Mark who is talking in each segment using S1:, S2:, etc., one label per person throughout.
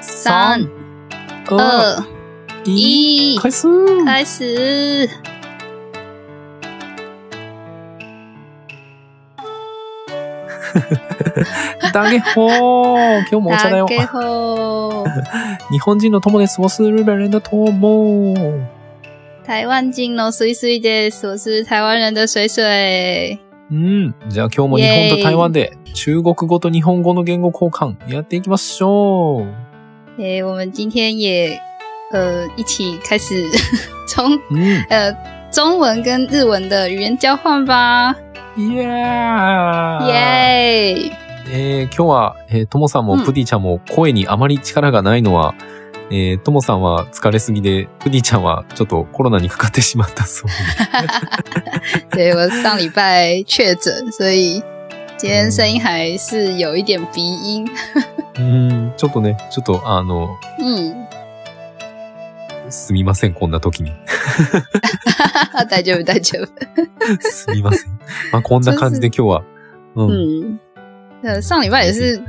S1: 三、
S2: 二、
S1: 二、
S2: 一，
S1: 一，
S2: 开始。
S1: 开始。
S2: 大家好，今日もお茶だよ。
S1: 家好，
S2: 日本人の友です。我是日本人的友。
S1: 台湾金の水水です。我是台湾人的水水。
S2: うん。じゃあ今日も日本と台湾で中国語と日本語の言語交換やっていきましょう。
S1: 诶、我们今天也呃一起开始 从
S2: うん。
S1: 呃中文跟日文的语言交换吧。
S2: イエ
S1: 啊
S2: ーイ
S1: 耶、
S2: えー今日は、えーともさんも
S1: うん
S2: プディちゃんも声にあまり力がないのは、えーともさんは疲れすぎで、プディちゃんはちょっとコロナにかかってしまったそうで。
S1: 对我上礼拜确诊，所以今天声音还是有一点鼻音。
S2: うん、ちょっとね、ちょっとあの、
S1: 嗯，
S2: すみません、こんな時に。
S1: 大丈夫大丈夫。
S2: すみませ ん。まあ、こんな感じで今日は、うん、
S1: 嗯，呃，上礼拜也是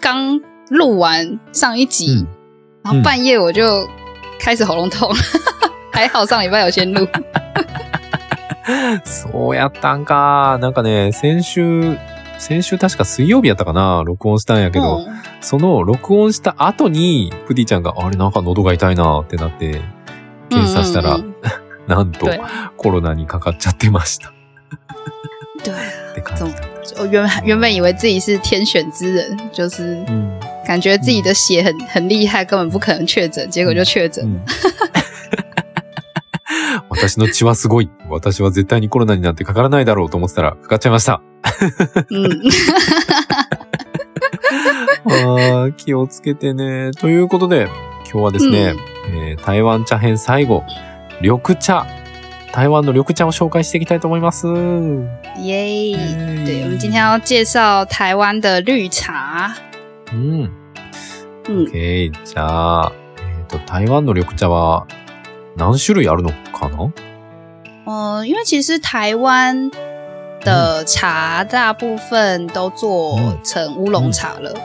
S1: 刚录完上一集，
S2: 嗯
S1: 然后半夜我就开始喉咙痛， 还好上礼拜有先 录。
S2: そうやったんか。なんかね、先週、先週確か水曜日やったかな、録音したんやけど、
S1: 嗯
S2: その録音した後に、プディちゃんが、あれ、なんか喉が痛いなってなって、検査したら、
S1: 嗯嗯
S2: なんと
S1: 对
S2: コロナにかかっちゃってまし
S1: 嗯
S2: た。
S1: 对，
S2: って感じだ。
S1: 我原原本以为自己是天选之人，就是
S2: うん。
S1: 感觉自己的血很很厉害，根本不可能确诊，结果就确诊
S2: う。ん 私の血はすごい。私は絶対にコロナになんてかからないだろうと思ってたら、かかっちゃいました。
S1: 嗯。
S2: あー気をつけてね。ということで、今日はですね、えー台湾茶編最後、緑茶。台湾の緑茶を紹介していきたいと思います。
S1: 耶、对，我们今天
S2: は
S1: 要介绍台湾的绿茶。
S2: うん。
S1: 嗯，
S2: OK。じゃあ、えっ、と、台湾の緑茶は何種類あるのかな
S1: 呃，因为其实台湾的
S2: 嗯
S1: 茶大部分都做成乌龙茶了。
S2: 嗯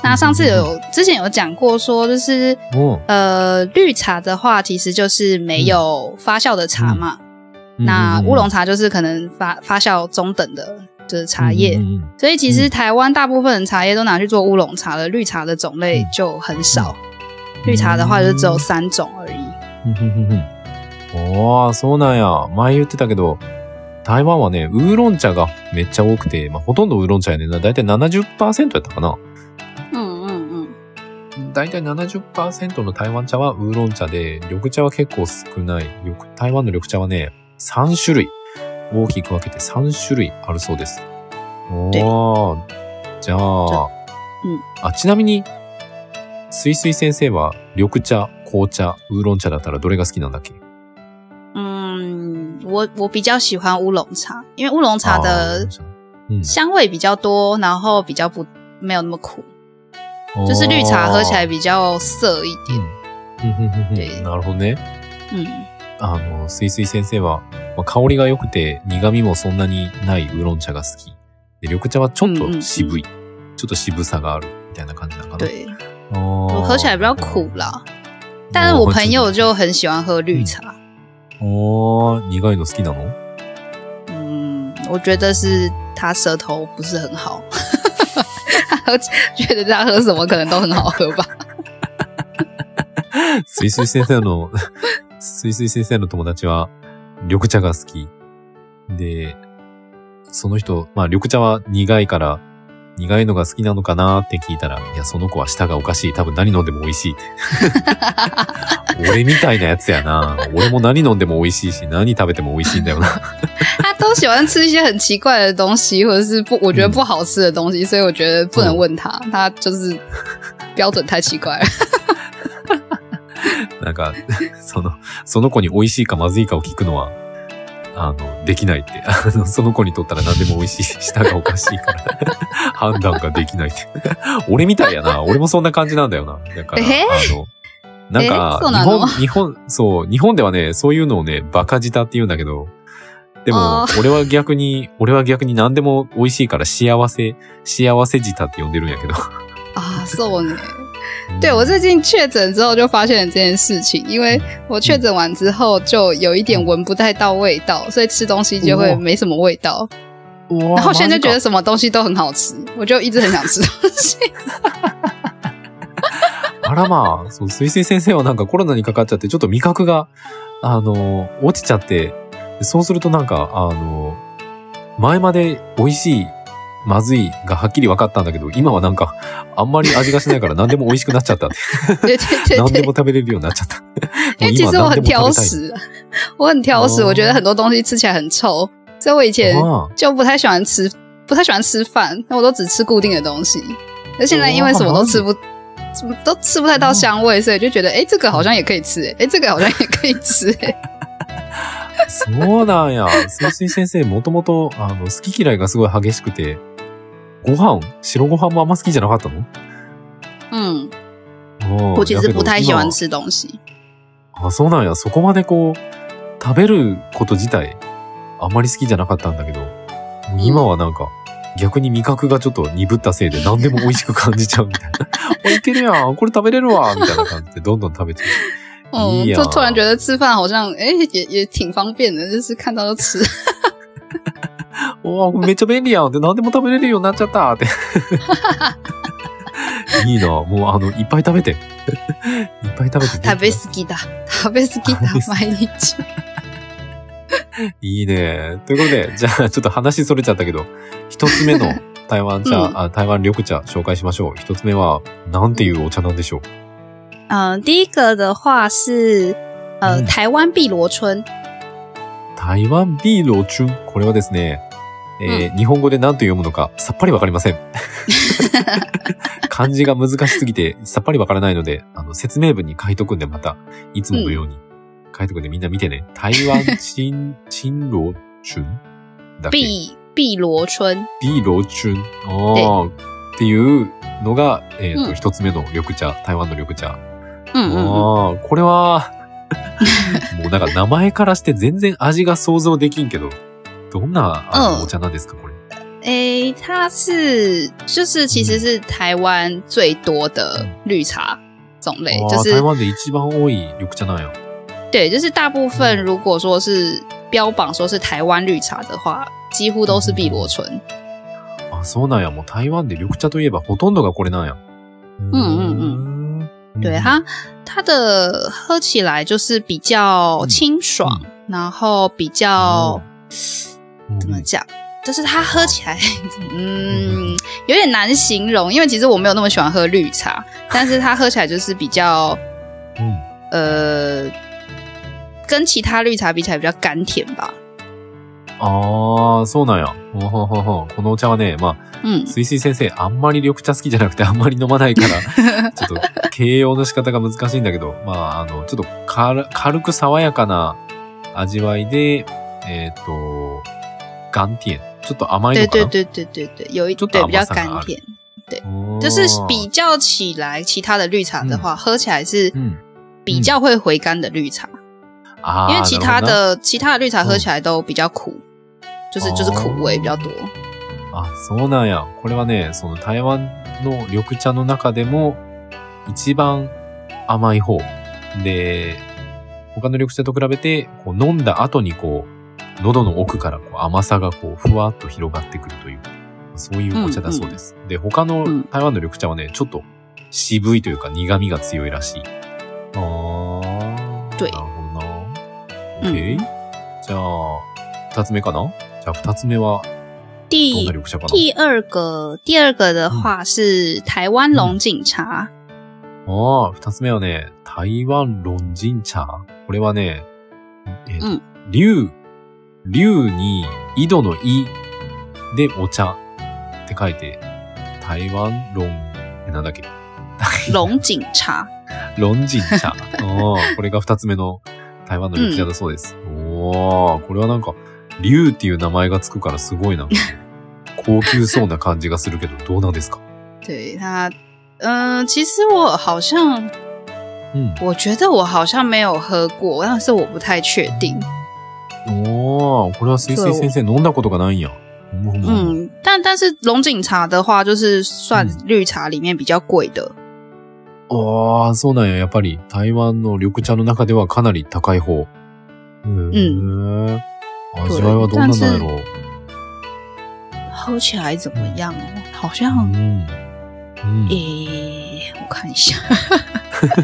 S1: 那上次有之前有讲过说，就是
S2: も
S1: 呃，绿茶的话，其实就是没有
S2: 嗯
S1: 发酵的茶嘛。
S2: う、
S1: 那乌龙
S2: 茶
S1: 茶就是可能发发酵中等的，就是茶叶。
S2: うんうん
S1: 所以其实
S2: 嗯
S1: 台湾大部分的茶叶都拿去做乌龙茶了，绿茶的种类
S2: 嗯
S1: 就很少。绿茶的话就只有三种而已。
S2: うんふんふんふんおー、そうなんや。前言ってたけど、台湾はね、ウーロン茶がめっちゃ多くて、まあ、ほとんどウーロン茶やねんな。だいたい70%やったかな。
S1: 嗯嗯嗯，
S2: だいたい70%の台湾茶はウーロン茶で、緑茶は結構少ない。緑台湾の緑茶はね、3種類。大きく分けて3種類あるそうです。お
S1: で
S2: ー、じゃあ、
S1: うん
S2: あ、ちなみに、すいすい先生は緑茶、紅茶、ウーロン茶だったらどれが好きなんだっけ
S1: 嗯，我我比较喜欢乌龙茶，因为乌龙茶
S2: あ
S1: 的
S2: ーうん
S1: 香味比较多，然后比较不没有那么苦，就是绿茶喝起来比较涩一
S2: 哦
S1: 点。
S2: うんうんうんうん
S1: 对
S2: なるほどね。
S1: 嗯，
S2: あの、すいすい先生は、まあ、香りが良くて苦味もそんなにないウーロン茶が好き。で、緑茶はちょっ
S1: うんうんう
S2: と
S1: ん
S2: 渋い。ちょっと渋さがあるみたいな感じなのかな。
S1: 对我
S2: 我
S1: 喝起来比较苦。啦，但是我朋友就很喜欢喝绿茶。
S2: おー、苦いの好きなの
S1: 嗯，我觉得是他舌头不是很好， 他喝觉得他喝什么可能都很好喝吧。
S2: すいすい先生の、すいすい先生の友達は、緑茶が好き。で、その人、まあ緑茶は苦いから、苦いのが好きなのかなって聞いたら、いや、その子は舌がおかしい。多分何飲んでも美味しいって。俺みたいなやつやな。俺も何飲んでも美味しいし、何食べても美味しいんだよな。
S1: 他都喜欢吃一些很奇怪的东西，或者是不我觉得不好吃的东西，所以我觉得不能问他，他就是标准太奇怪了。
S2: なんか、 その、その子に美味しいかまずいかを聞くのは、あの、できないって。 あの、その子にとったら何でも美味しいし、舌がおかしいから、 判断ができないって。 俺みたいやな。俺もそんな感じなんだよな。だから、
S1: え
S2: あの、なんか
S1: え、そう
S2: 日
S1: なの
S2: 本、日本、そう、日本ではね、そういうのをね、バカ舌って言うんだけど、でも
S1: あ、
S2: 俺は逆に、俺は逆に何でも美味しいから幸せ、幸せ舌って呼んでるんやけど。
S1: 啊，送你。对我最近确诊之后就发现了这件事情，因为我确诊完之后就有一点闻不太到味道，所以吃东西就会没什么味道。然
S2: 然
S1: 后现在就觉得什么东西都很好吃，我就一直很想吃东西。
S2: あらまあ、そう、水星先生はなんかコロナにかかっちゃって、ちょっと味覚が、あの、落ちちゃって、そうするとなんか、あの、前まで美味しい、まずいがはっきり分かったんだけど、今はなんか、あんまり味がしないから何でも美味しくなっちゃったって。
S1: 对对对
S2: 何で
S1: 对
S2: も，食べれるようになっちゃった。もう
S1: 因为其
S2: 今
S1: 实我
S2: 何で
S1: 很挑
S2: も食べたい
S1: 食，我很挑食，
S2: 哦
S1: 我觉得很多东西吃起来很臭，所以我以前
S2: あ
S1: 就不太喜欢吃，不太喜欢吃饭，那我都只吃固定的东西。那现在因为什么都吃不，什么都吃不太到香味，所以就觉得，哎、这个好像也可以吃、诶哎、这个好像也可以吃、诶
S2: あそうなんや。水水先生、もともと、あの、好き嫌いがすごい激しくて、ご飯白ご飯もあんま好きじゃなかったの
S1: 嗯，
S2: あー
S1: 我其
S2: だ
S1: 实
S2: けど
S1: 不太喜欢
S2: 今
S1: 吃东西。
S2: あ、そうなんや。そこまでこう、食べること自体、あんまり好きじゃなかったんだけど、もう今はなんか、逆に味覚がちょっと鈍ったせいで何でも美味しく感じちゃうみたいな。あいけるやん、これ食べれるわ、みたいな感じでどんどん食べちゃ
S1: 嗯，
S2: 呀
S1: 就突然觉得吃饭好像，哎、也也挺方便的，就是看到就吃。
S2: う。わあ、これめっちゃ便利やんって何でも食べれるようになっちゃったって。いいな、もうあの、いっぱい食べて。いっぱい食べ て。
S1: 食べ過ぎだ、食べ過ぎだ、毎日。
S2: いいね。ということで、じ ゃあちょっと話それちゃったけど、一つ目の台湾茶、
S1: うん
S2: あ台湾緑茶紹介しましょう。一つ目は、なんていうお茶なんでしょう。
S1: 嗯，第一个的话是，呃，
S2: 嗯
S1: 台湾碧螺春，
S2: 台湾ビールをチュン。これはですね、えー日本語で何と読むのかさっぱりわかりません。漢字が難しすぎてさっぱりわからないので、あの、説明文に書いとくんでまた、いつものように書いとくんでみんな見てね。台湾チン、チンロチュンだっけ
S1: 碧碧螺春，
S2: ビーローチュン。あーっていうのが、えっ、
S1: う
S2: と、
S1: ん
S2: 一、つ目の緑茶、台湾の緑茶。
S1: 嗯嗯嗯，
S2: あーこれは、 もうなんか名前からして全然味が想像できんけど、どんなあの
S1: うん
S2: お茶なんですか、これ。
S1: 诶、它是就是其实是台湾最多的绿茶种类，
S2: あー
S1: 就是
S2: 哦台湾で一番多い緑茶なんや。
S1: 对，就是大部分
S2: 嗯
S1: 如果说是标榜说是台湾绿茶的话，几乎都是碧螺春。
S2: 嗯あ、そうなんや。もう台湾で緑茶といえばほとんどがこれなんや。うん
S1: うん
S2: うん
S1: 对它，它的喝起来就是比较
S2: 嗯
S1: 清爽，然后比
S2: 哦
S1: 较、
S2: うん
S1: 怎么讲，就是它喝起来，嗯，有点难形容，因为其实我没有那么喜欢喝绿茶，但是它喝起来就是比较
S2: うん
S1: 呃，跟其他绿茶比起来比较甘甜吧。
S2: ああ、そうなんや。ほんほんほんほんこのお茶はね、まあ、
S1: 嗯，
S2: 水水先生、あんまり緑茶好きじゃなくて、あんまり飲まな いから、ちょっと形容の仕方が難しいんだけど、まあ、あの、ちょっと軽軽く爽やかな味わいで、えっ、と、甘甜。ちょっと甘いの
S1: 对
S2: かな
S1: 对对对对对，有一
S2: 就
S1: 对
S2: 打
S1: 比较
S2: 马萨
S1: 甘
S2: 拿
S1: 甜，
S2: おー
S1: 就是比较起来其他的绿茶的话，喝起来是
S2: 嗯
S1: 比较会回甘的绿茶，
S2: あー
S1: 因为其他
S2: なる
S1: 的其他的绿茶喝起来都比较苦，就是就是苦味比较多。
S2: ほどなあ、そうなんや。これはね、その台湾の緑茶の中でも、一番甘い方。で、他の緑茶と比べて、こう飲んだ後にこう、喉の奥からこう甘さがこう、ふわっと広がってくるという、そういうお茶だそうです。で、他
S1: うん
S2: の台湾の緑茶はね、ちょっと渋いというか苦味が強いらしい。あー。
S1: 对
S2: なるほどな。
S1: うん
S2: OK、じゃあ、二つ目かなじゃあ二つ目は、どんな
S1: 第
S2: 緑茶かな
S1: 第二个第二个的话是台湾龙井茶，
S2: ああ、二つ目はね、台湾ロンジン茶。これはね、えっ、
S1: うん
S2: と、竜、竜に井戸の井でお茶って書いて、台湾ロン、え、なんだっけ
S1: 龙井茶，
S2: ロンジン茶。おーこれが二つ目の台湾の緑茶だそうです。おおこれはなんか、竜っていう名前がつくからすごいなんか、高級そうな感じがするけど、どうなんですか
S1: 对它，嗯、其实我好像
S2: うん。
S1: 我觉得我好像没有喝过，但是我不太确定。
S2: おおこれは水水先生飲んだことがないんや。うんうんうん
S1: 嗯，但但是龙井茶的话，就是算
S2: 嗯
S1: 绿茶里面比较贵的。
S2: ああ、そうなんや。やっぱり台湾の緑茶の中ではかなり高い方。うん。味わいはどんなんなんやろう。
S1: 喝起来怎么样？哦好
S2: う
S1: 像，
S2: ん。うん。オッ
S1: 诶、我看一下，
S2: ケ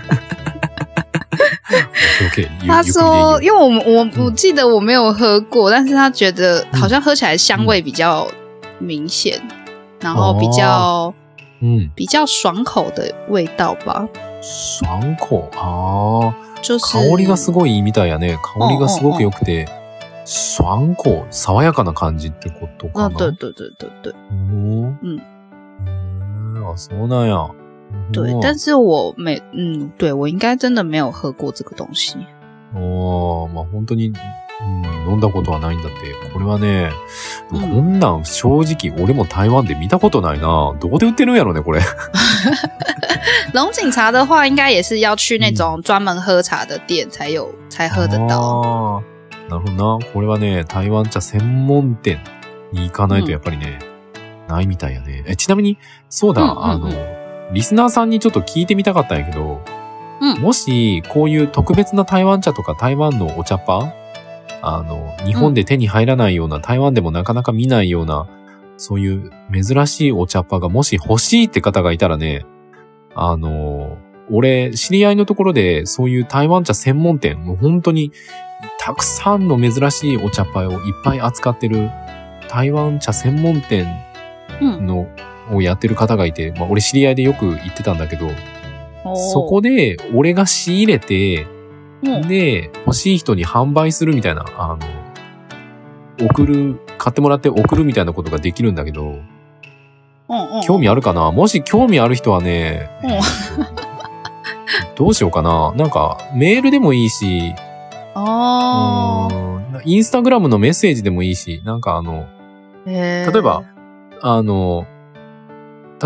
S2: ーオッケーゆ
S1: 他说，
S2: ゆっ
S1: 因为我们我
S2: 嗯
S1: 我记得我没有喝过，但是他觉得好像喝起来香味比较明显，然后比较、
S2: くりでいいよ
S1: 比较爽口的味道吧，
S2: うん。3個。ああ。
S1: 就是
S2: 香りがすごいいいみたいやね。香りがすごく良くて、酸個爽やかな感じってことか
S1: 嗯，
S2: な。
S1: 对对对对对
S2: うん。
S1: うん
S2: うん。あ、そうなんや。
S1: 对，
S2: うん
S1: 但是我没，嗯，对我应该真的没有喝过这个东西，
S2: ああ、まあ本当に、うん、飲んだことはないんだって。これはね、
S1: うん
S2: こんなん正直俺も台湾で見たことないな。どこで売ってるんやろね、これ。
S1: 龙井茶的话，应该也是要去那
S2: 嗯
S1: 种专门喝茶的店才有才喝得到。
S2: あーなるほどな。これはね、台湾茶専門店に行かないとやっぱりね、ないみたいやね。え、ちなみに、そうだ、
S1: うんうんうん
S2: あの、リスナーさんにちょっと聞いてみたかったんやけど、
S1: うん
S2: もし、こういう特別な台湾茶とか台湾のお茶っ葉あの、日本で手に入らないような、台湾でもなかなか見ないような、そういう珍しいお茶っ葉がもし欲しいって方がいたらね、あの、俺、知り合いのところで、そういう台湾茶専門店、もう本当に、たくさんの珍しいお茶っ葉をいっぱい扱ってる、台湾茶専門店
S1: 嗯，
S2: の、をやってる方がいて、まあ俺知り合いでよく行ってたんだけど、
S1: 哦
S2: そこで、俺が仕入れて、
S1: 嗯
S2: で、欲しい人に販売するみたいな、あの、送る、買ってもらって送るみたいなことができるんだけど、
S1: 嗯嗯，
S2: 興味あるかなもし興味ある人はね、
S1: うん
S2: えっとどうしようかななんか、メールでもいいし、
S1: 哦，
S2: うんインスタグラムのメッセージでもいいし、なんかあの、嗯
S1: 例
S2: 例えば、あの、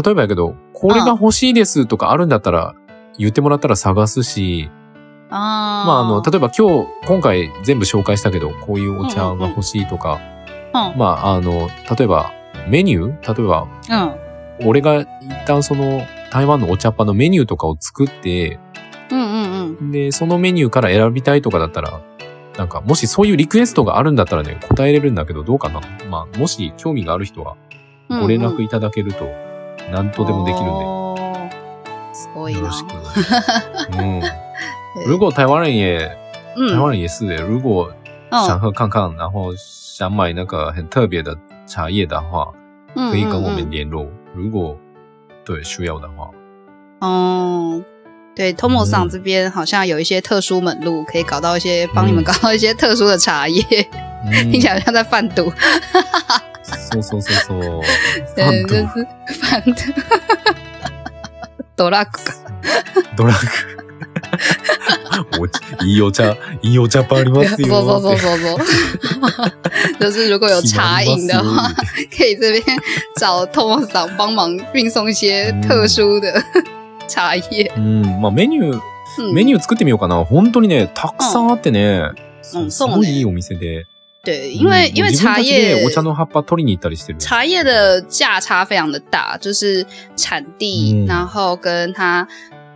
S2: 例えばやけど、これが欲しいですとかあるんだったら、言ってもらったら探すし、
S1: 啊，
S2: まあ、あの、例えば今日、今回全部紹介したけど、こういうお茶が欲しいとか、
S1: 嗯
S2: まあ、あの、例えば、メニュー例えば、
S1: 嗯
S2: 俺が一旦その、台湾のお茶っ葉のメニューとかを作って、
S1: 嗯嗯嗯，
S2: で、そのメニューから選びたいとかだったら、なんか、もしそういうリクエストがあるんだったらね、答えれるんだけど、どうかなまあ、もし興味がある人は、
S1: 嗯
S2: ご連絡いただけると、何とでもできるんで、
S1: 哦，所以
S2: よ
S1: 呢
S2: ろ，しく。うん。如果台湾人也、台湾人也是耶、如果想
S1: 嗯
S2: 喝看看，然后想买那个很特别的茶叶的话，
S1: 嗯
S2: 可以跟我们
S1: 嗯
S2: 联络。如果对需要 的话，
S1: 嗯。对，Tomo
S2: 嗯
S1: 上这边好像有一些特殊门路，可以搞到一些帮你们搞到一些特殊的茶叶，
S2: 嗯
S1: 听起来好像在贩毒。
S2: そうそうそうそう。
S1: 对，
S2: 贩毒
S1: 就是贩毒，ドラッグか。
S2: ドラッ グ。おいいお茶、いいお茶っぱあります
S1: 不
S2: よ。
S1: 不不不 不，就是如果有茶饮的话，可以这边找通往长帮忙运送一些特殊的
S2: 嗯
S1: 茶叶。
S2: うん、まあメニュー、
S1: 嗯，
S2: メニュー作ってみようかな。本当にね、たくさんあってね、
S1: うん
S2: すごいいいお店で。
S1: 对，因为
S2: うん
S1: 因为茶
S2: 自分たち
S1: 叶
S2: でお茶の葉っぱ取りに行ったりしてる。
S1: 茶叶的价差非常的大，就是产地，
S2: 嗯
S1: 然后跟它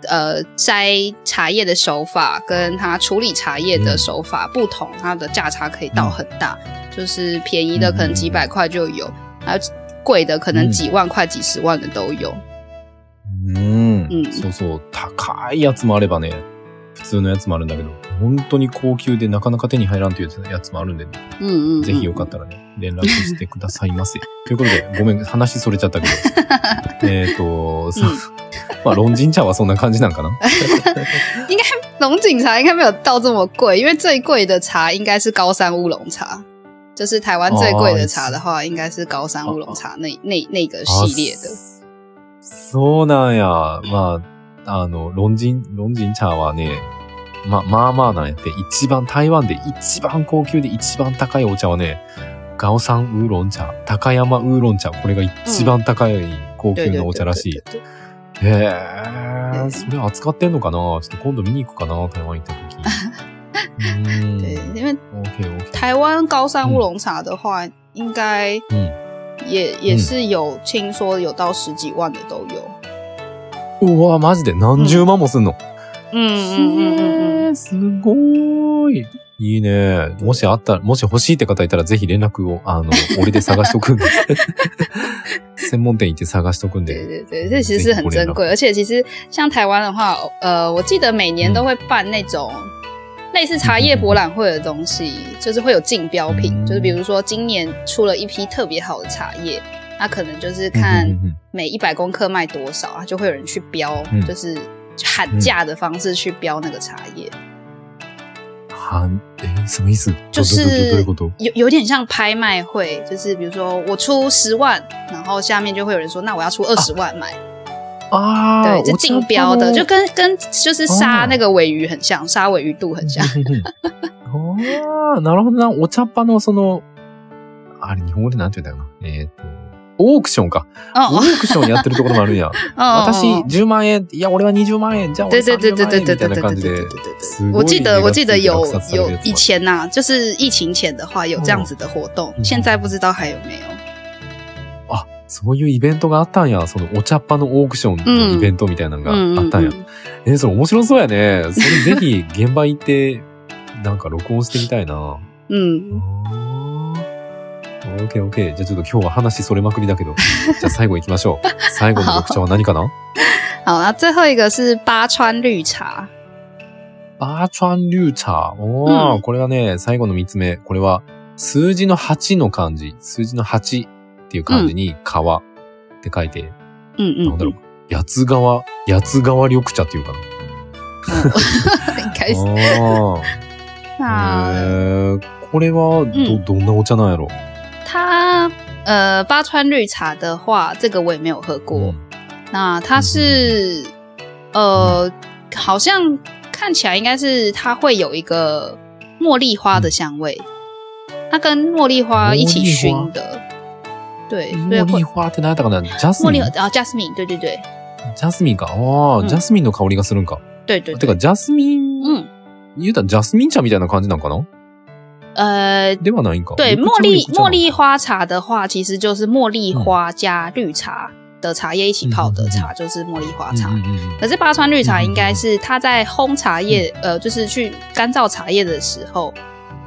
S1: 呃摘茶叶的手法，跟它处理茶叶的手法不同，它的价差可以到很大，就是便宜的可能几百块就有，然后贵的可能几万块、几十万的都有。
S2: うん
S1: う。ん
S2: そうそう。高いやつもあればね、普通のやつもあるんだけど、本当に高級でなかなか手に入らんというやつもあるんでね、
S1: 嗯嗯，嗯
S2: ぜひよかったらね、連絡してくださいま せ。ということで、ごめん、話それちゃったけど。えっと、さ
S1: うん
S2: まあ、論人茶はそんな感じなんかな。
S1: 龙井茶应该没有到这么贵，因为最贵的茶应该是高山乌龙茶，就是台湾最贵的茶的话，应该是高山乌龙茶那那那个
S2: 哦
S1: 系列的。
S2: あそうなんや。まあ、あの、論人、論人茶はね、ま、まあまあなんやって、一番、台湾で一番高級で一番高いお茶はね、ガオサンウーロン茶、高山ウーロン茶、これが一番高い高
S1: 对
S2: 級
S1: 对
S2: の
S1: 对
S2: お茶らし
S1: 对对对
S2: い。へ
S1: う
S2: え、
S1: ん
S2: それ扱ってんのかなちょっと今度見に行くかな台湾行った 時。うーん。
S1: 对，因为
S2: オーケーオーケー。
S1: 台湾高山乌龙茶的话，应该
S2: 嗯
S1: 也也是有听说有到十几万的都有。
S2: うわ、マジで何十万もすんの。
S1: うんうんうんうん
S2: へ
S1: うん。
S2: ーすごーい。いいね。もしあったら、もし欲しいって方いたらぜひ連絡を、あの、俺で探し とくんで。専门店行って探しとくん
S1: 对
S2: で。
S1: 对对，这其实很珍贵，而且其实像台湾的话，呃，我记得每
S2: 嗯
S1: 年都会办那种类似茶叶博览会的东西，就是会有竞标品，
S2: 嗯
S1: 就是比如说今年出了一批特别好的茶叶，那可能就是
S2: うん
S1: 看
S2: うんうん
S1: 每一百公克卖多少，啊，就会有人去标，
S2: 嗯
S1: 就是喊价的方式去标那个茶叶，
S2: はん、え、什么意思
S1: 就
S2: どどどどうい
S1: 是
S2: うこと
S1: 有有点像拍卖会，就是比如说我出十万，然后下面就会有人说那我要出二十万买。
S2: ああ、
S1: 对，就
S2: お茶
S1: 竞标的，
S2: も
S1: 就跟跟就是杀
S2: 哦
S1: 那个尾鱼很像，杀尾鱼度很像。
S2: うんうんうんああ、なるほどな。お茶っ葉のその、あれ、日本語でなんて言うんだよな。えっ、と、オークションか。オー
S1: 哦
S2: クションやってるところもあるんや。
S1: 哦，
S2: 私10万円、いや、俺は20万円、じゃあ
S1: 对
S2: 俺
S1: 对对
S2: 30
S1: 对
S2: 万
S1: 对
S2: 円
S1: 对对
S2: みたい
S1: 对
S2: な
S1: 对
S2: 感
S1: 对
S2: じ
S1: 对
S2: で
S1: 对。
S2: すごい
S1: 我记得
S2: 値
S1: 我
S2: がつ
S1: 记
S2: い
S1: 得
S2: て
S1: 有
S2: 落札され
S1: 有
S2: るやつもある
S1: 以前呐、就是疫情前的话有这样子的活动，
S2: 嗯
S1: 现在不知道还有没有。
S2: あ、そういうイベントがあったんや。そのお茶っ葉のオークションのイベントみたいなのが
S1: 嗯
S2: あ
S1: 嗯
S2: ったんや。
S1: 嗯，
S2: え、それ面白そうやね。それぜひ現場行って、なんか録音してみた いな。
S1: 嗯，
S2: オッケーオッケー。じゃあちょっと今日は話それまくりだけど。じゃあ最後行きましょう。最後の緑茶は何かな
S1: 好，那最后一个是八川绿茶，
S2: バーチャンリューチャー。おー、
S1: うん
S2: これはね、最後の三つ目。これは、数字の8の漢字。数字の8っていう漢字に、川って書いて、
S1: 嗯
S2: なん
S1: 嗯，
S2: だろう。八つ川、八つ川緑茶っていうかな。
S1: 嗯 应该是
S2: あ
S1: 那
S2: ー。へーこれは、ど、
S1: ん
S2: どんなお茶なんやろ
S1: 它呃八川绿茶的话，这个我也没有喝过。
S2: うん
S1: 那它是，呃，好像看起来应该是它会有一个茉莉花的香味，它跟茉莉花一起熏的，对，所以
S2: 茉
S1: 会
S2: 莉花って何やったかなジャス
S1: 茉
S2: ミ
S1: 莉
S2: ン
S1: 花啊，jasmine，对对对
S2: ジャスミンか。あ
S1: う
S2: あ、
S1: ん
S2: ジャスミンの香りがするんか。
S1: 对对
S2: てか、
S1: 对，
S2: ジャスミン、
S1: 嗯，
S2: 言うたらジャスミン茶みたいな感じなんかな
S1: 呃，
S2: ではないんか。
S1: 对，
S2: 緑
S1: 茉
S2: 茶
S1: 莉
S2: 緑茶
S1: 茉莉花茶的话，其实就是茉莉花加绿茶的茶叶一起泡的茶，就是茉莉花茶。
S2: うんうんうん
S1: 可是八川绿茶应该是它在烘茶叶，呃，就是去干燥茶叶的时候，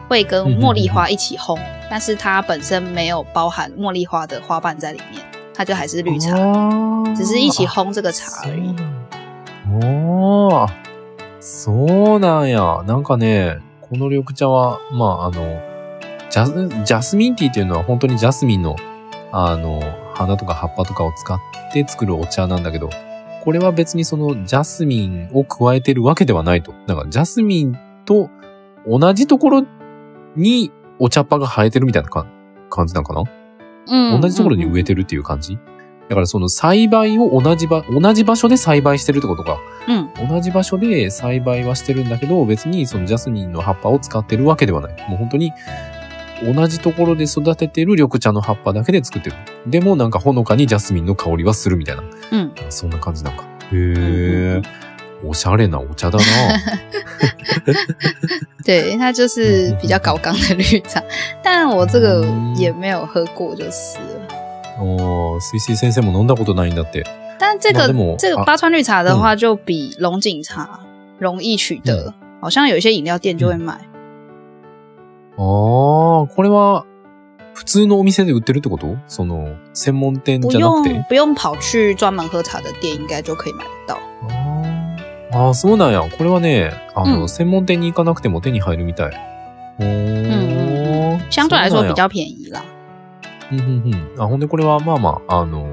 S1: 会跟茉莉花一起烘，但是它本身没有包含茉莉花的花瓣在里面，它就还是绿茶，
S2: 哦あー
S1: 只是一起烘这个茶而
S2: 哦
S1: 已。
S2: おーそうなんや。なんかね、この緑茶は、まあ、あの、ジャス、ジャスミンティーっていうのは本当にジャスミンの、あの、花とか葉っぱとかを使って作るお茶なんだけど、これは別にそのジャスミンを加えてるわけではないと。だからジャスミンと同じところにお茶っ葉が生えてるみたいなか感じなんかな
S1: 嗯
S2: 同じところに植えてるっていう感じ、だからその栽培を同じ場、同じ場所で栽培してるってことか。
S1: 嗯
S2: 同じ場所で栽培はしてるんだけど、別にそのジャスミンの葉っぱを使ってるわけではない。もう本当に、同じところで育ててる緑茶の葉っぱだけで作ってる。でもなんかほのかにジャスミンの香りはするみたいな。
S1: 嗯
S2: そんな感じなんか。
S1: ん
S2: へえ。おしゃれなお茶だな。
S1: 对，它就是比较高纲的绿茶，但我这个也没有喝过，就是了。
S2: おー、水水先生も飲んだことないんだって。
S1: 但这个
S2: 那那么
S1: 这个
S2: 啊
S1: 八川绿茶的话，就比龙井茶容易取得，好像有一些饮料店就会买。
S2: ああ、これは、普通のお店で売ってるってことその、専門店
S1: 不
S2: じゃなく
S1: 用
S2: て。
S1: 不用跑去专门喝茶的店，应该就可以买得到。
S2: あーあー、そうなんや。これはね、あの、
S1: うん
S2: 専門店に行かなくても手に入るみたい。おー
S1: 相对来
S2: そ
S1: 说
S2: う
S1: 比
S2: なんや
S1: 较便宜啦。
S2: うんうんうん。あ、ほんでこれは、まあまあ、あの、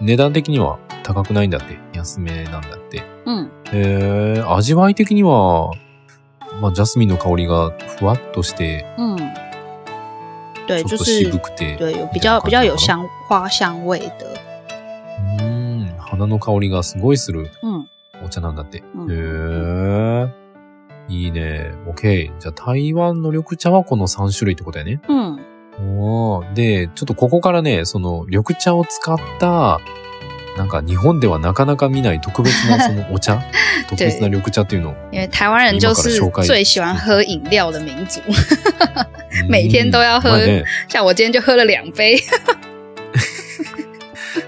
S2: 値段的には高くないんだって。安めなんだって。
S1: 嗯
S2: えー、味わい的には、まあ、ジャスミンの香りがふわっとして、
S1: 嗯，对，
S2: ち
S1: 就
S2: ょっと
S1: 是
S2: 渋くて。
S1: 对有比
S2: 比较
S1: 较比较有
S2: 好看
S1: 香花香味的。
S2: うーん、花の香りがすごいする
S1: 嗯
S2: お茶なんだって。へ呃
S1: 嗯，
S2: ー。いいね。OK。じゃあ台湾の緑茶はこの3種類ってことやね。
S1: 嗯
S2: おーで、ちょっとここからね、その緑茶を使った、なんか日本ではなかなか見ない特別 なそのお茶特別な緑茶っていうのを。
S1: 因为台湾人就是
S2: 今から紹介
S1: 最喜欢喝饮料的民族， 每天都要喝
S2: うんまあね
S1: 像我今天就喝了两杯。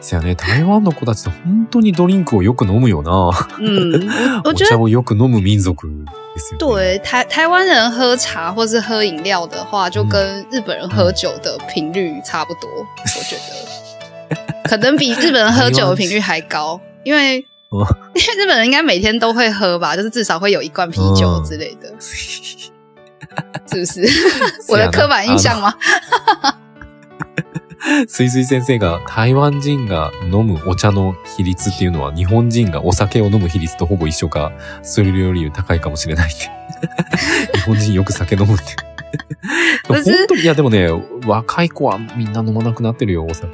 S2: せやね、台湾の子たちって本当にドリンクをよく飲むよな。
S1: 嗯，我
S2: お
S1: 我觉得
S2: 茶をよく飲む民族ですよ
S1: 对
S2: ね。
S1: 台台湾人喝茶或是喝饮料的话，就
S2: 嗯
S1: 跟日本人喝酒的频率差不多，我觉得， 可能比日本人喝酒的频率还 高，因为 因
S2: 哦
S1: 为日本人应该每天都会喝吧，就是至少会有一罐啤酒之类的，
S2: 哦
S1: 是不是？我的刻板印象吗？
S2: 啊すいすい先生が台湾人が飲むお茶の比率っていうのは日本人がお酒を飲む比率とほぼ一緒か、それより高いかもしれないって。日本人よく酒飲むって。でも
S1: 私
S2: 本当に、いやでもね、若い子はみんな飲まなくなってるよ、お酒。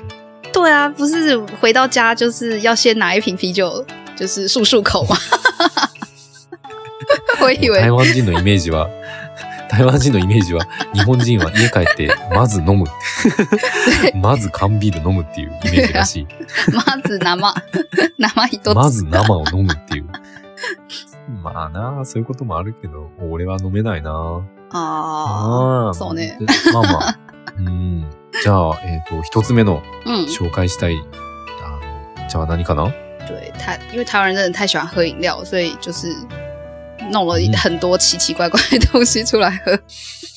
S1: 对啊，不是回到家就是要先拿一瓶啤酒，就是漱漱口吗？ 我以为
S2: 哦台湾人のイメージは、台湾人のイメージは、日本人は家帰って、まず飲む。 まず缶ビール飲むっていうイメージらしい。
S1: 妈子拿妈 拿妈一多
S2: まず生を飲むっていう。 まあなあ、そういうこともあるけど、俺は飲めないな
S1: 啊，
S2: ああ
S1: そうね。
S2: まあまあ。うん。じゃあ、えっ、と、一つ目の
S1: 嗯，
S2: 紹介したい、あの、じゃあ何かな
S1: 对台，因为台湾人真的太喜欢喝饮料，所以就是弄了一
S2: 嗯
S1: 很多奇奇怪怪的东西出来喝，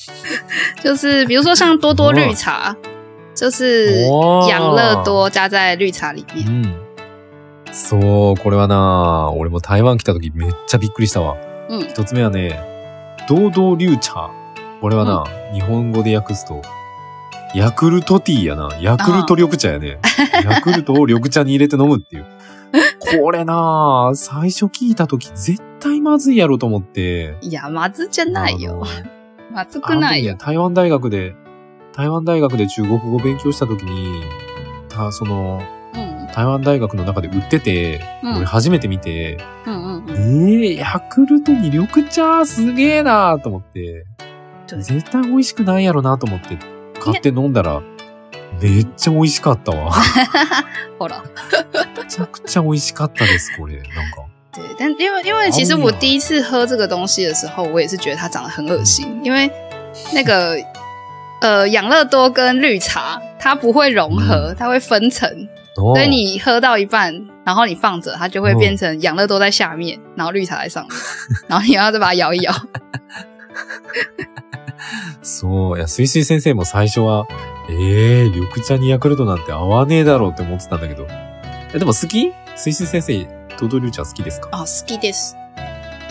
S1: 就是比如说像多多绿茶，就是
S2: おー
S1: 养乐多加在绿茶里面
S2: う。ん。そう、これはな、俺も台湾来た時めっちゃびっくりしたわ。
S1: 嗯
S2: 一つ目はね、堂々流茶。これはな、日本語で訳すと、ヤクルトティーやな。ヤクルト緑茶やね。ヤクルトを緑茶に入れて飲むっていう。これな、最初聞いた時絶対まずいやろと思って。
S1: 呀，麻子真奈哟，麻子
S2: あ
S1: 真
S2: の
S1: 奈
S2: 時
S1: 哟
S2: ね。台湾大学で、台湾大学で中国語勉強した時に、たその、
S1: 嗯
S2: 台湾大学の中で売ってて、
S1: うん
S2: 俺初めて見て、
S1: 嗯嗯
S2: え
S1: 嗯，
S2: ー、ヤクルトに緑茶すげえなーと思って、
S1: 对
S2: 絶対美味しくないやろなと思って、買って飲んだら、めっちゃ美味しかった わ。
S1: 好了。
S2: めちゃくちゃ美味しかったです、これ。なん か。
S1: 对，但因为因为其实我第一次喝这个东西的时候，我也是觉得它长得很恶心，因为那个呃养乐多跟绿茶它不会融合，它会分层，
S2: おー
S1: 所以你喝到一半，然后你放着，它就会变成养乐多在下面，然后绿茶在上面，然后你要再把它摇一摇。
S2: そう。いや、水水先生も最初は、えー、緑茶にヤクルトなんて合わねえだろうって思ってたんだけど。え、でも好き水水先生、ドドリュウ茶好きですか
S1: 哦 s k i d i s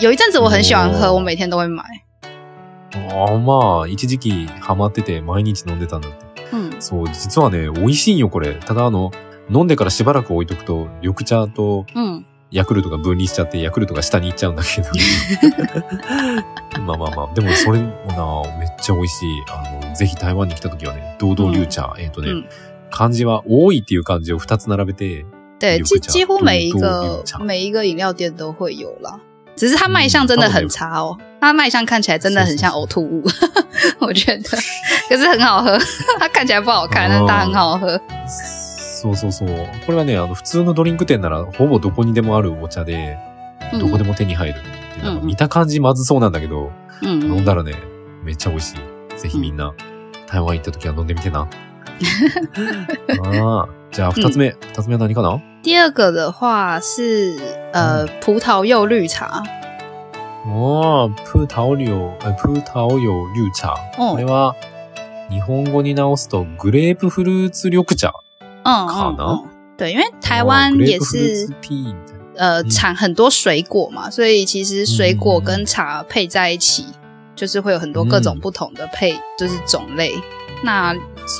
S1: 有一阵子我很喜欢喝，
S2: 哦
S1: 我每天都会买。
S2: ああ、まあ、一時期ハマってて毎日飲んでたんだって。
S1: 嗯，
S2: そう、実はね、美味しいんよ、これ。ただ、あの、飲んでからしばらく置いとくと、緑茶と
S1: 嗯，
S2: ヤクルトが分離しちゃって、ヤクルトが下に行っちゃうんだけ ど。まあまあまあ、でもそれもな、めっちゃ美味しい。あの、ぜひ台湾に来た時はね、堂々流茶、えっ、とね、
S1: うん
S2: 漢字は多いっていう漢字を2つ並べて、
S1: 对，
S2: 有
S1: 几
S2: 个叫
S1: 几乎每一
S2: 多多
S1: 个
S2: 绿茶
S1: 每一个饮料店都会有啦，只是它
S2: 嗯
S1: 卖相真的很差哦，它卖相看起来真的很像呕吐物， 我觉得，可是很好喝， 它看起来不好看，但是它
S2: 哦
S1: 很好喝。
S2: そうそうそう。これはね、あの、普通のドリンク店なら、ほぼどこにでもあるお茶で、どこで
S1: 嗯
S2: も手に入るっていう。
S1: うん
S2: なんか見た感じまずそうなんだけど、飲ん
S1: 嗯，
S2: だらね、めっちゃ美味しい。ぜひみんな、台湾行った時は飲んでみ てな。ああ、じゃあ二つ目。二、つ目は何かな
S1: 第二个的话是呃
S2: 嗯
S1: 葡萄柚绿茶，
S2: おー、プータオリオ、えプータオリオリューチャー。これ
S1: 嗯
S2: は、日本語に直すと、グレープフルーツ緑茶。
S1: 嗯嗯
S2: 卡呢
S1: 嗯，对，因
S2: 哦
S1: 为台湾
S2: おーグレ
S1: 也
S2: ープフルー
S1: 是
S2: ツピーみたいな。
S1: 呃
S2: 嗯
S1: 产很多水果嘛，所以其实水果跟茶配在一起，就是会有很多各种
S2: 嗯
S1: 不同的配，就是种类。那
S2: そ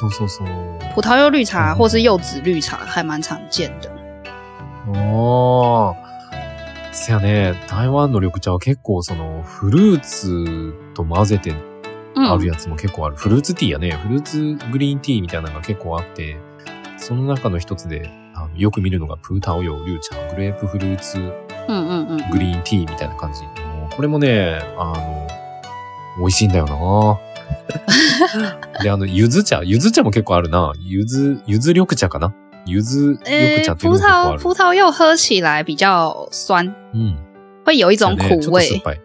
S2: うそうそう。
S1: 葡萄柚绿茶
S2: 嗯
S1: 或是柚子绿茶还蛮常见的。
S2: おー。せやね、台湾の緑茶は結構その、フルーツと混ぜてあ
S1: 嗯
S2: るやつも結構ある。フルーツティーやね。フルーツグリーンティーみたいなのが結構あって、その中の一つで、あのよく見るのがプータオヨウリュウ茶、グレープフルーツ
S1: 嗯嗯嗯，
S2: グリーンティーみたいな感じ。もうこれもね、あの、美味しいんだよなで、あの、ゆず茶。ゆず茶も結構あるな。ゆず、ゆず緑茶かなゆず緑茶ってい
S1: 葡
S2: うのも結構あ
S1: 萄
S2: る。
S1: 葡萄柚喝起来比较酸，
S2: うん。
S1: 会有一
S2: だ
S1: 种
S2: よね
S1: 苦
S2: ちょっと酸欸っ
S1: 味。
S2: ぱい。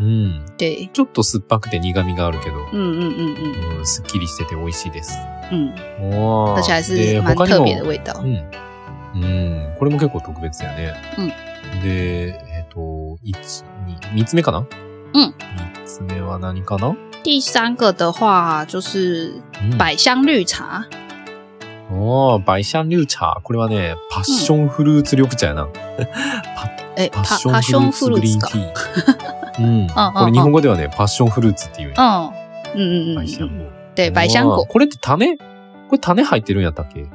S2: うん。
S1: 对，
S2: ちょっと酸っぱくて苦味があるけど、
S1: 嗯嗯嗯嗯
S2: うん、すっきりしてて美味しいです。
S1: 嗯，
S2: おー
S1: 而且还是
S2: で
S1: 蛮
S2: 他に
S1: 特
S2: も
S1: 别的味道
S2: う。ん。うん、これも結構特別だよね。で、えっ、と、一、二、三つ目かな
S1: うん。
S2: 三つ目は何かな
S1: 第三个的话就是
S2: うん
S1: 百香绿茶，
S2: おー、バイシャンリューチャー。これはね、パッションフルーツ緑茶やな。
S1: 哎，
S2: パ
S1: 帕
S2: ッシ
S1: 帕
S2: ョン
S1: 松
S2: フ
S1: フ
S2: ル
S1: ル
S2: ーツ
S1: ー
S2: グ
S1: ツ
S2: リーンティー。 うん。
S1: うん
S2: これ日本語ではね、パッションフルーツっていうね。
S1: 嗯嗯嗯
S2: バイ
S1: 嗯
S2: シャ
S1: 嗯，
S2: ンの
S1: 对，百香
S2: あ
S1: 果
S2: ー，これって種これ種入ってるんやったっけ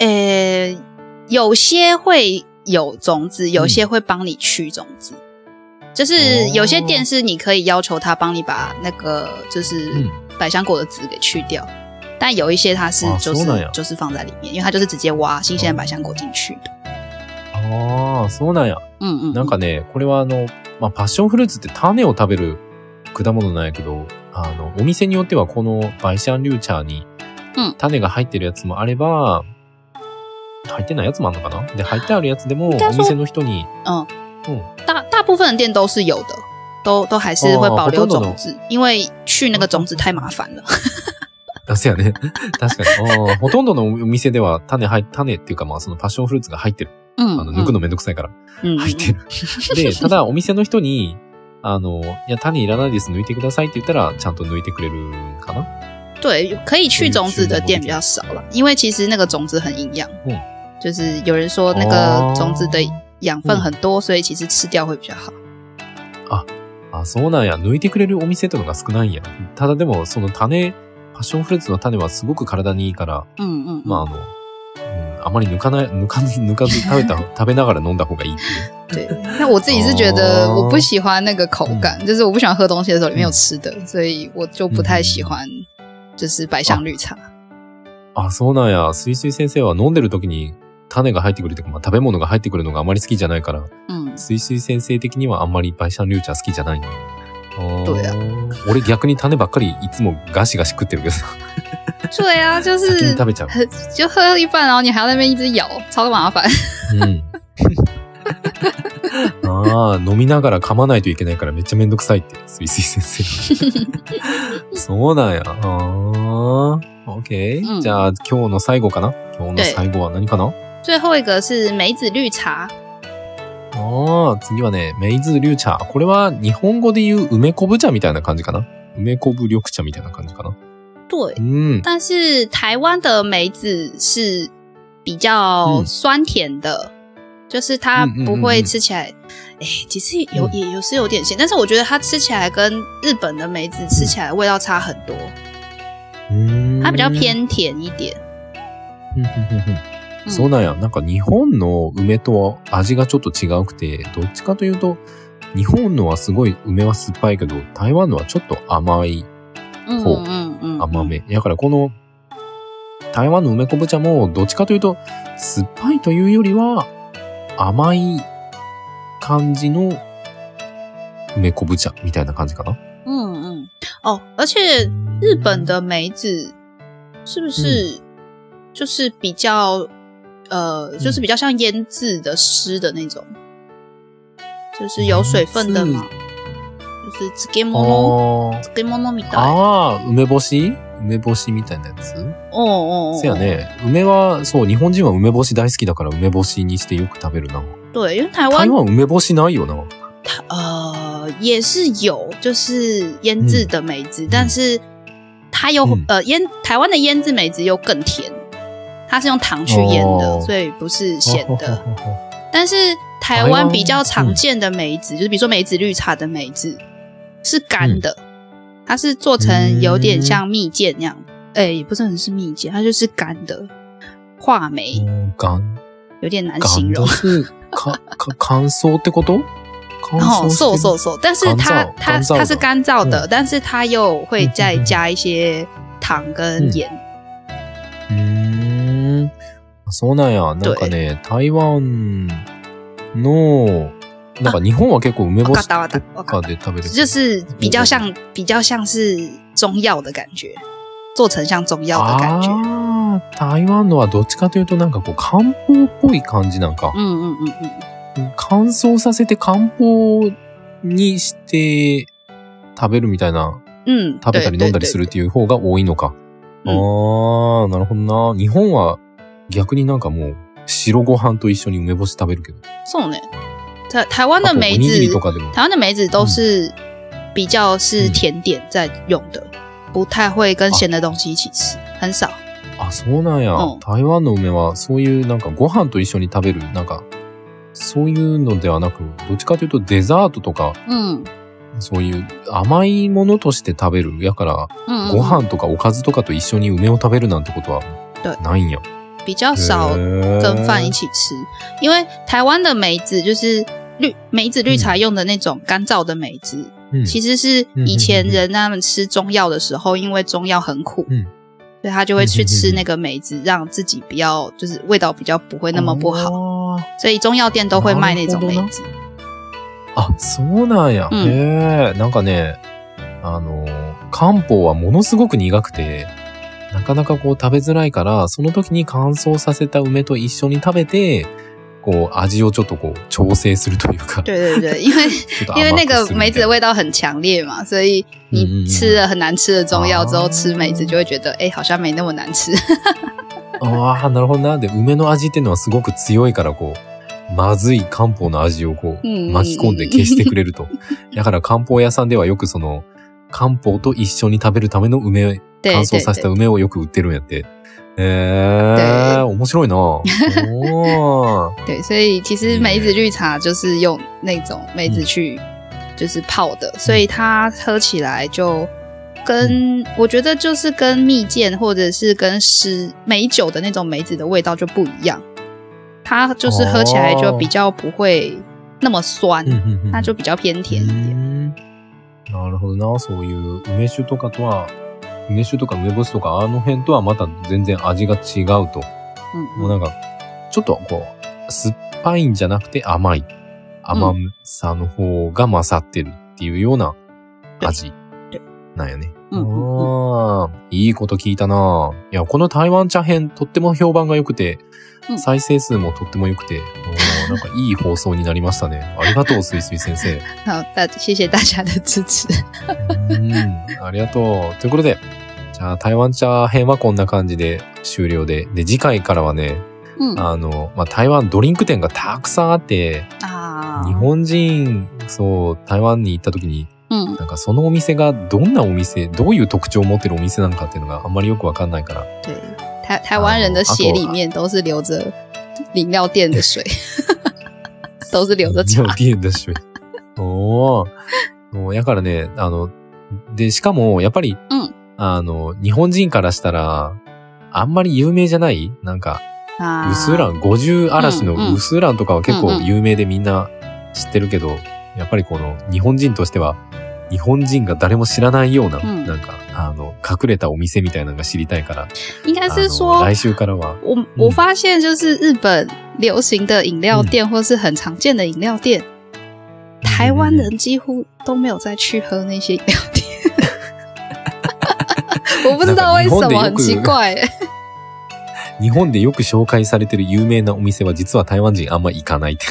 S1: 诶、呃有些会有种子，有
S2: 嗯
S1: 些会帮你去种子。就是有些
S2: 哦
S1: 店是你可以要求他帮你把那个就是
S2: 嗯
S1: 百香果的籽给去掉，但有一些它是
S2: 啊
S1: 就
S2: そう
S1: 是、
S2: なんや
S1: 就是放在里面，因为它就是直接挖新
S2: 哦
S1: 鲜的百香果进去的。
S2: ああ、そうなんや。
S1: 嗯 嗯，
S2: なんかね、これはあの、まあ、パッションフルーツって種を食べる果物なんやけど、あの、お店によってはこのバイシャンリューチャーに
S1: うん、
S2: 種が入ってるやつもあれば、入ってないやつもあるのかなで、入ってあるやつでも、
S1: 该
S2: お
S1: 说
S2: 店の人に、
S1: 大大部分的店都是有的，都都还是会
S2: 哦
S1: 保
S2: ほ
S1: 留
S2: とんど
S1: 种子，因为去那个种子太麻烦了。
S2: 出せや ね。確かに。あーほとんどのお店では種入、種っていうかまあそのパッションフルーツが入ってる。あ
S1: 嗯
S2: の、抜くのめんどくさいから。
S1: 嗯
S2: 入ってる。 で、ただお店の人に、あの、いや、種いらないです、抜いてくださいって言ったら、ちゃんと抜いてくれるかな
S1: 对，可以去种子的店比较少了，因为其实那个种子很营养。
S2: 嗯
S1: 就是有人说那个种子的养分很多，所以其实吃掉会比较好。
S2: あ、そうなんや。抜いてくれるお店とかが少ないんや。ただでも、その種、パッションフルーツの種はすごく体にいいから、
S1: 嗯嗯，
S2: まああの、うん、あまり抜かない、抜かず、 抜かず食 べた、食べながら飲んだ方がいいっていう。
S1: 对。那我自己是觉得
S2: 哦
S1: 我不喜欢那个口感，就是我不喜欢喝东西的时候里面有吃的，所以我就不太喜欢就是百香绿茶。
S2: あ、そうなんや。すいすい先生は飲んでる時に種が入ってくるというか、まあ食べ物が入ってくるのがあまり好きじゃないから、
S1: 嗯，
S2: すいすい先生的にはあんまりバイシャンリューチャー好きじゃないの。あー
S1: どうや
S2: 俺逆に種ばっかりいつもガシガシ食ってるけどさ、
S1: 对啊，就
S2: 先 に
S1: 是
S2: 食べちゃう。
S1: 就喝一半，然后你还要在那边一直咬，超麻烦。
S2: うん。 ああ、飲みながら噛まないといけないからめっちゃめんどくさいって、すいすい先生。そうなんや。ああ。オッケ
S1: う
S2: ー。
S1: ん
S2: じゃあ、今日の最後かな今日の最後は何かな
S1: 最后一个是梅子绿茶，
S2: ああ、次はね、メイズリューチャー。これは日本語で言う梅昆布茶みたいな感じかな梅昆布緑茶みたいな感じかな
S1: 对，
S2: うん。
S1: 但是台湾的梅子是比较酸甜的，就是它不会吃起来，哎、其实有、
S2: 嗯
S1: 也有是有点咸，但是我觉得它吃起来跟日本的梅子吃起来味道差很多，它比
S2: 嗯
S1: 较偏甜一点。
S2: うんうんうんうん
S1: 嗯
S2: そうなんや。なんか日本の梅とは味がちょっと違うくて、どっちかというと、日本のはすごい梅は酸っぱいけど、台湾のはちょっと甘い、
S1: 嗯
S2: 哦
S1: 嗯嗯
S2: 甘め。だからこの、台湾の梅昆布茶もどっちかというと、酸っぱいというよりは、甘い感じの梅昆布茶みたいな感じかな。
S1: 嗯嗯哦，而且日本的梅子是不
S2: 嗯
S1: 是就是比较、呃，就是比较像腌制的湿的那种，就是有水分的嘛，就是漬物
S2: あー
S1: 漬物みたい。
S2: あー、梅干し梅干しみたいなやつ
S1: 哦哦哦，
S2: せやね、梅は、そう、日本人は梅干し大好きだから梅干しにしてよく食べるな。
S1: 对，因为台湾
S2: 台湾梅干しないよな。
S1: 呃也是有，就是腌制的梅子，但是它有、
S2: 嗯
S1: 呃腌台湾的腌制梅子又更甜，它是用糖去腌的，
S2: 哦
S1: 所以不是咸的。但是台
S2: 哦
S1: 湾比较常见的梅
S2: 嗯
S1: 子，就是比如说梅子绿茶的梅子，是干的，
S2: 嗯
S1: 它是做成有点像蜜饯那样，哎、也不是很是蜜饯，它就是干的话梅，
S2: ガン、
S1: 有点难
S2: ガ
S1: 形
S2: ン
S1: 容哦
S2: ダ。ス、か、 か、乾燥ってこと乾
S1: 哦，
S2: 燥して
S1: 瘦瘦瘦，但是它
S2: 干
S1: 它
S2: 燥干燥的
S1: 它是干燥的，
S2: 嗯
S1: 但是它又会再加一些糖
S2: 嗯
S1: 跟盐。
S2: うーん。そうなんや。なんかね、台湾の、なんか日本は結構梅干しと
S1: わかったわか
S2: か
S1: っ
S2: で食べる。
S1: 啊就是比较像比较像是中药的感觉，做成像中药的感觉。
S2: 啊あー台湾のはどっちかというとなんかこう漢方っぽい感じなんか。
S1: 嗯嗯嗯嗯。
S2: 乾燥させて漢方にして食べるみたいな、
S1: 嗯，
S2: 食べたり飲んだりするっていう方が多いのか。あ
S1: うん
S2: あー、なるほどな。日本は逆になんかもう白ご飯と一緒に梅干し食べるけど。
S1: そうね。台台湾的
S2: あとお
S1: 梅
S2: にぎり
S1: 子
S2: と，かでも。
S1: 台湾的梅子都
S2: 嗯
S1: 是比较是甜点在用的，不太会
S2: 啊
S1: 跟咸的东西一起吃，很少。
S2: あ、そうなんや、
S1: うん
S2: 台湾の梅は、そういうなんかご飯と一緒に食べる、なんか、そういうのではなく、どっちかというとデザートとか、
S1: 嗯
S2: そういう甘いものとして食べる。やから、
S1: 嗯，
S2: ご飯とかおかずとかと一緒に梅を食べるなんてこと
S1: 对
S2: はないんや。
S1: 比较少
S2: 呃
S1: 跟饭一起吃，因为台湾的梅子就是绿梅子绿
S2: 嗯
S1: 茶用的那种干燥的梅子，
S2: うん
S1: 其实是
S2: 嗯
S1: 以前人他们吃中药的时候，因为中药很苦，
S2: 嗯
S1: 所以他就会去吃那个梅子，让自己比较就是味道比较不会那么不好，
S2: あー
S1: 所以中药店都会卖那种梅子。
S2: あ、そうなんや。
S1: うん
S2: へえ。なんかね、あの、漢方はものすごく苦くて、なかなかこう食べづらいから、その時に乾燥させた梅と一緒に食べて、こう味をちょっとこう調整するというか。
S1: 对对 对，因为
S2: ちょっと
S1: 因为
S2: 甘
S1: 那
S2: く
S1: 个
S2: する
S1: 梅子
S2: みたい
S1: 的
S2: な
S1: 味道很强烈嘛，所以你吃了很难吃的中药之后，
S2: 嗯嗯嗯
S1: 吃梅子就会觉得，哎、好像没那么难吃。
S2: ああ、なるほどな。で、梅の味っていうのはすごく強いから、こう、まずい漢方の味をこ
S1: うんうんう
S2: う、
S1: ん
S2: 巻き込んで消してくれると。だから漢方屋さんではよくその、漢方と一緒に食べるための梅、
S1: 对
S2: 乾燥
S1: 对
S2: させた
S1: 对，
S2: 梅をよく売ってるんやって。え
S1: で
S2: ー、面白いな。おー
S1: 对，所以其实
S2: 嗯
S1: 梅子绿茶就是用那种梅子去就是泡的，所以它喝起来就跟我觉得就是跟蜜饯或者是跟诗美酒的那种梅子的味道就不一样，它就是喝起来就比较不会那么酸，
S2: うんうんうん
S1: 它就比较偏甜一点。
S2: うんなるほどな。そういう梅酒とかとは、梅酒とか梅干しとか、あの辺とはまた全然味が違うと。
S1: 嗯，
S2: もうなんか、ちょっとこう、酸っぱいんじゃなくて甘い。甘さの方が勝ってるっていうような味なんやね。
S1: うんうんうん
S2: あーいいこと聞いたなぁいや、この台湾茶編とっても評判が良くて
S1: う、ん
S2: 再生数もとっても良くて、おーなんかいい放送になりまし たね。ありがとう、すいすい先生。
S1: 好，大谢谢大家的支持。
S2: うん、ありがとう。ということで、じゃあ台湾茶編はこんな感じで終了で、で、次回からはね、
S1: 嗯
S2: あの、まあ、台湾ドリンク店がたくさんあって、
S1: 啊
S2: 日本人、そう、台湾に行った時に、
S1: 嗯
S2: なんかそのお店がどんなお店、どういう特徴を持ってるお店なのかっていうのがあんまりよくわかんないから。
S1: 对，台台湾人的血里面都是流着饮料店的水，都是流着茶
S2: 料。理 だし。おーそうやからね、あの、で、しかも、やっぱり、
S1: うん
S2: あの、日本人からしたら、あんまり有名じゃないなんか、
S1: 啊
S2: ウスラン、50嵐
S1: うんう
S2: の
S1: ん
S2: ウスランとかは結
S1: うん
S2: 構
S1: うん
S2: 有名でみんな知ってるけど、やっぱりこの日本人としては、日本人が誰も知らないような、
S1: うん
S2: なんか、あの、隠れたお店みたいなのが知りたいから、
S1: 应该
S2: あ
S1: 是
S2: の
S1: 说，
S2: 啊来週からは、
S1: 我我发现就是日本流行的饮料店或是很常见的饮料店，台湾人几乎都没有再去喝那些饮料店。我不知道为什么，很奇怪、
S2: 日本でよく紹介されてる有名なお店は実は台湾人あんま行かないって。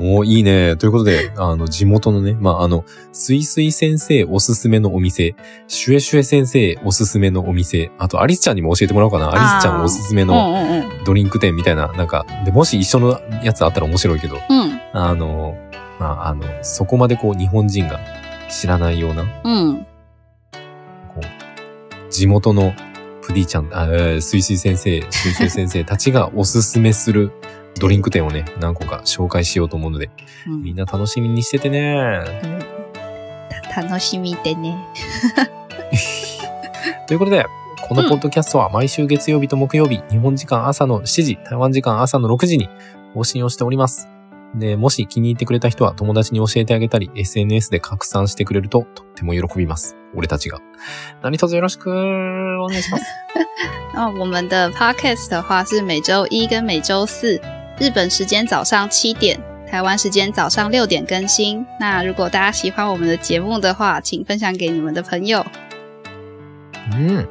S2: おーいいね。ということで、あの、地元のね、まあ、あの、すいすい先生おすすめのお店、シュエシュエ先生おすすめのお店、あと、アリスちゃんにも教えてもらおうか
S1: ー
S2: な。アリスちゃんおすすめ
S1: 嗯
S2: の
S1: 嗯
S2: ドリンク店みたいな、なんか、で、もし一緒のやつあったら面白いけど、
S1: 嗯
S2: あの、まあ、あの、そこまでこう、日本人が知らないような、
S1: 嗯嗯，
S2: こう、地元のプディちゃん、あ、えースイスイ先生、スイスイ先生たちがおすすめするドリンク店をね、何個か紹介しようと思うので、
S1: 嗯
S2: みんな楽しみにしててね。
S1: 嗯楽しみでね。
S2: ということで、このポッドキャストは毎週月曜日と木曜日、日本時間朝の7時、台湾時間朝の6時に更新をしております。で、もし気に入ってくれた人は友達に教えてあげたり、SNS で拡散してくれるととっても喜びます。俺たちが。何卒よろしくお願いします。
S1: 那我们的 podcast 的话是每周一跟每周四，日本时间早上七点，台湾时间早上六点更新。那如果大家喜欢我们的节目的话，请分享给你们的朋友。
S2: うん。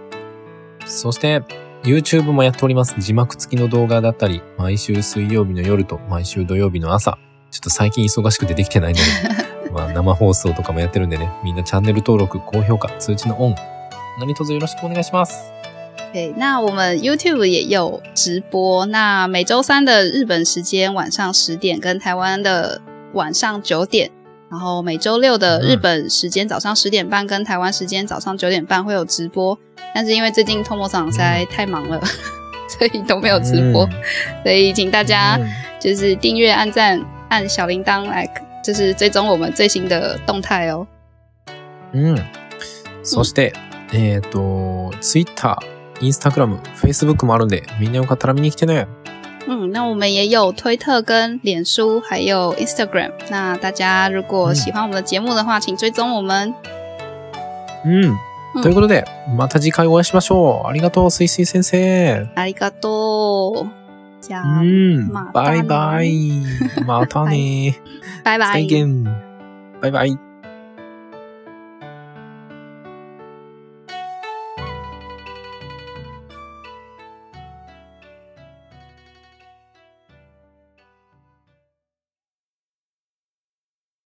S2: そして、YouTube もやっております。字幕付きの動画だったり、毎週水曜日の夜と毎週土曜日の朝。ちょっと最近忙しくてできてないの で、まあ生放送とかもやってるんでね、みんなチャンネル登録、高評価、通知のオン、何卒よろしくお願いします。
S1: 对，那我们 YouTube 也有直播，那每周三的日本时间晚上十点，跟台湾的晚上九点，然后每周六的日本时间早上十点半，跟台湾时间早上九点半会有直播。但是因为最近 Tomo さん实在太忙了， 所以都没有直
S2: 嗯
S1: 播，所以请大家就是订阅、按赞、按小铃铛来，就是追踪我们最新的动态哦。
S2: うん。そして、えっ、と、Twitter、Instagram、Facebook もあるんで、みんなよかったら見に来てね。
S1: 嗯，那我们也有推特、跟脸书，还有 Instagram。那大家如果
S2: 嗯
S1: 喜欢我们的节目的话，请追踪我们。嗯
S2: うん。
S1: うん
S2: ということで、また次回お会いしましょう。ありがとう、すいすい先生。
S1: ありがとう。じゃあ、
S2: うん
S1: ま。た
S2: バ
S1: ね
S2: イバイ。またね。
S1: バイバイ。
S2: 再現。バイバイ。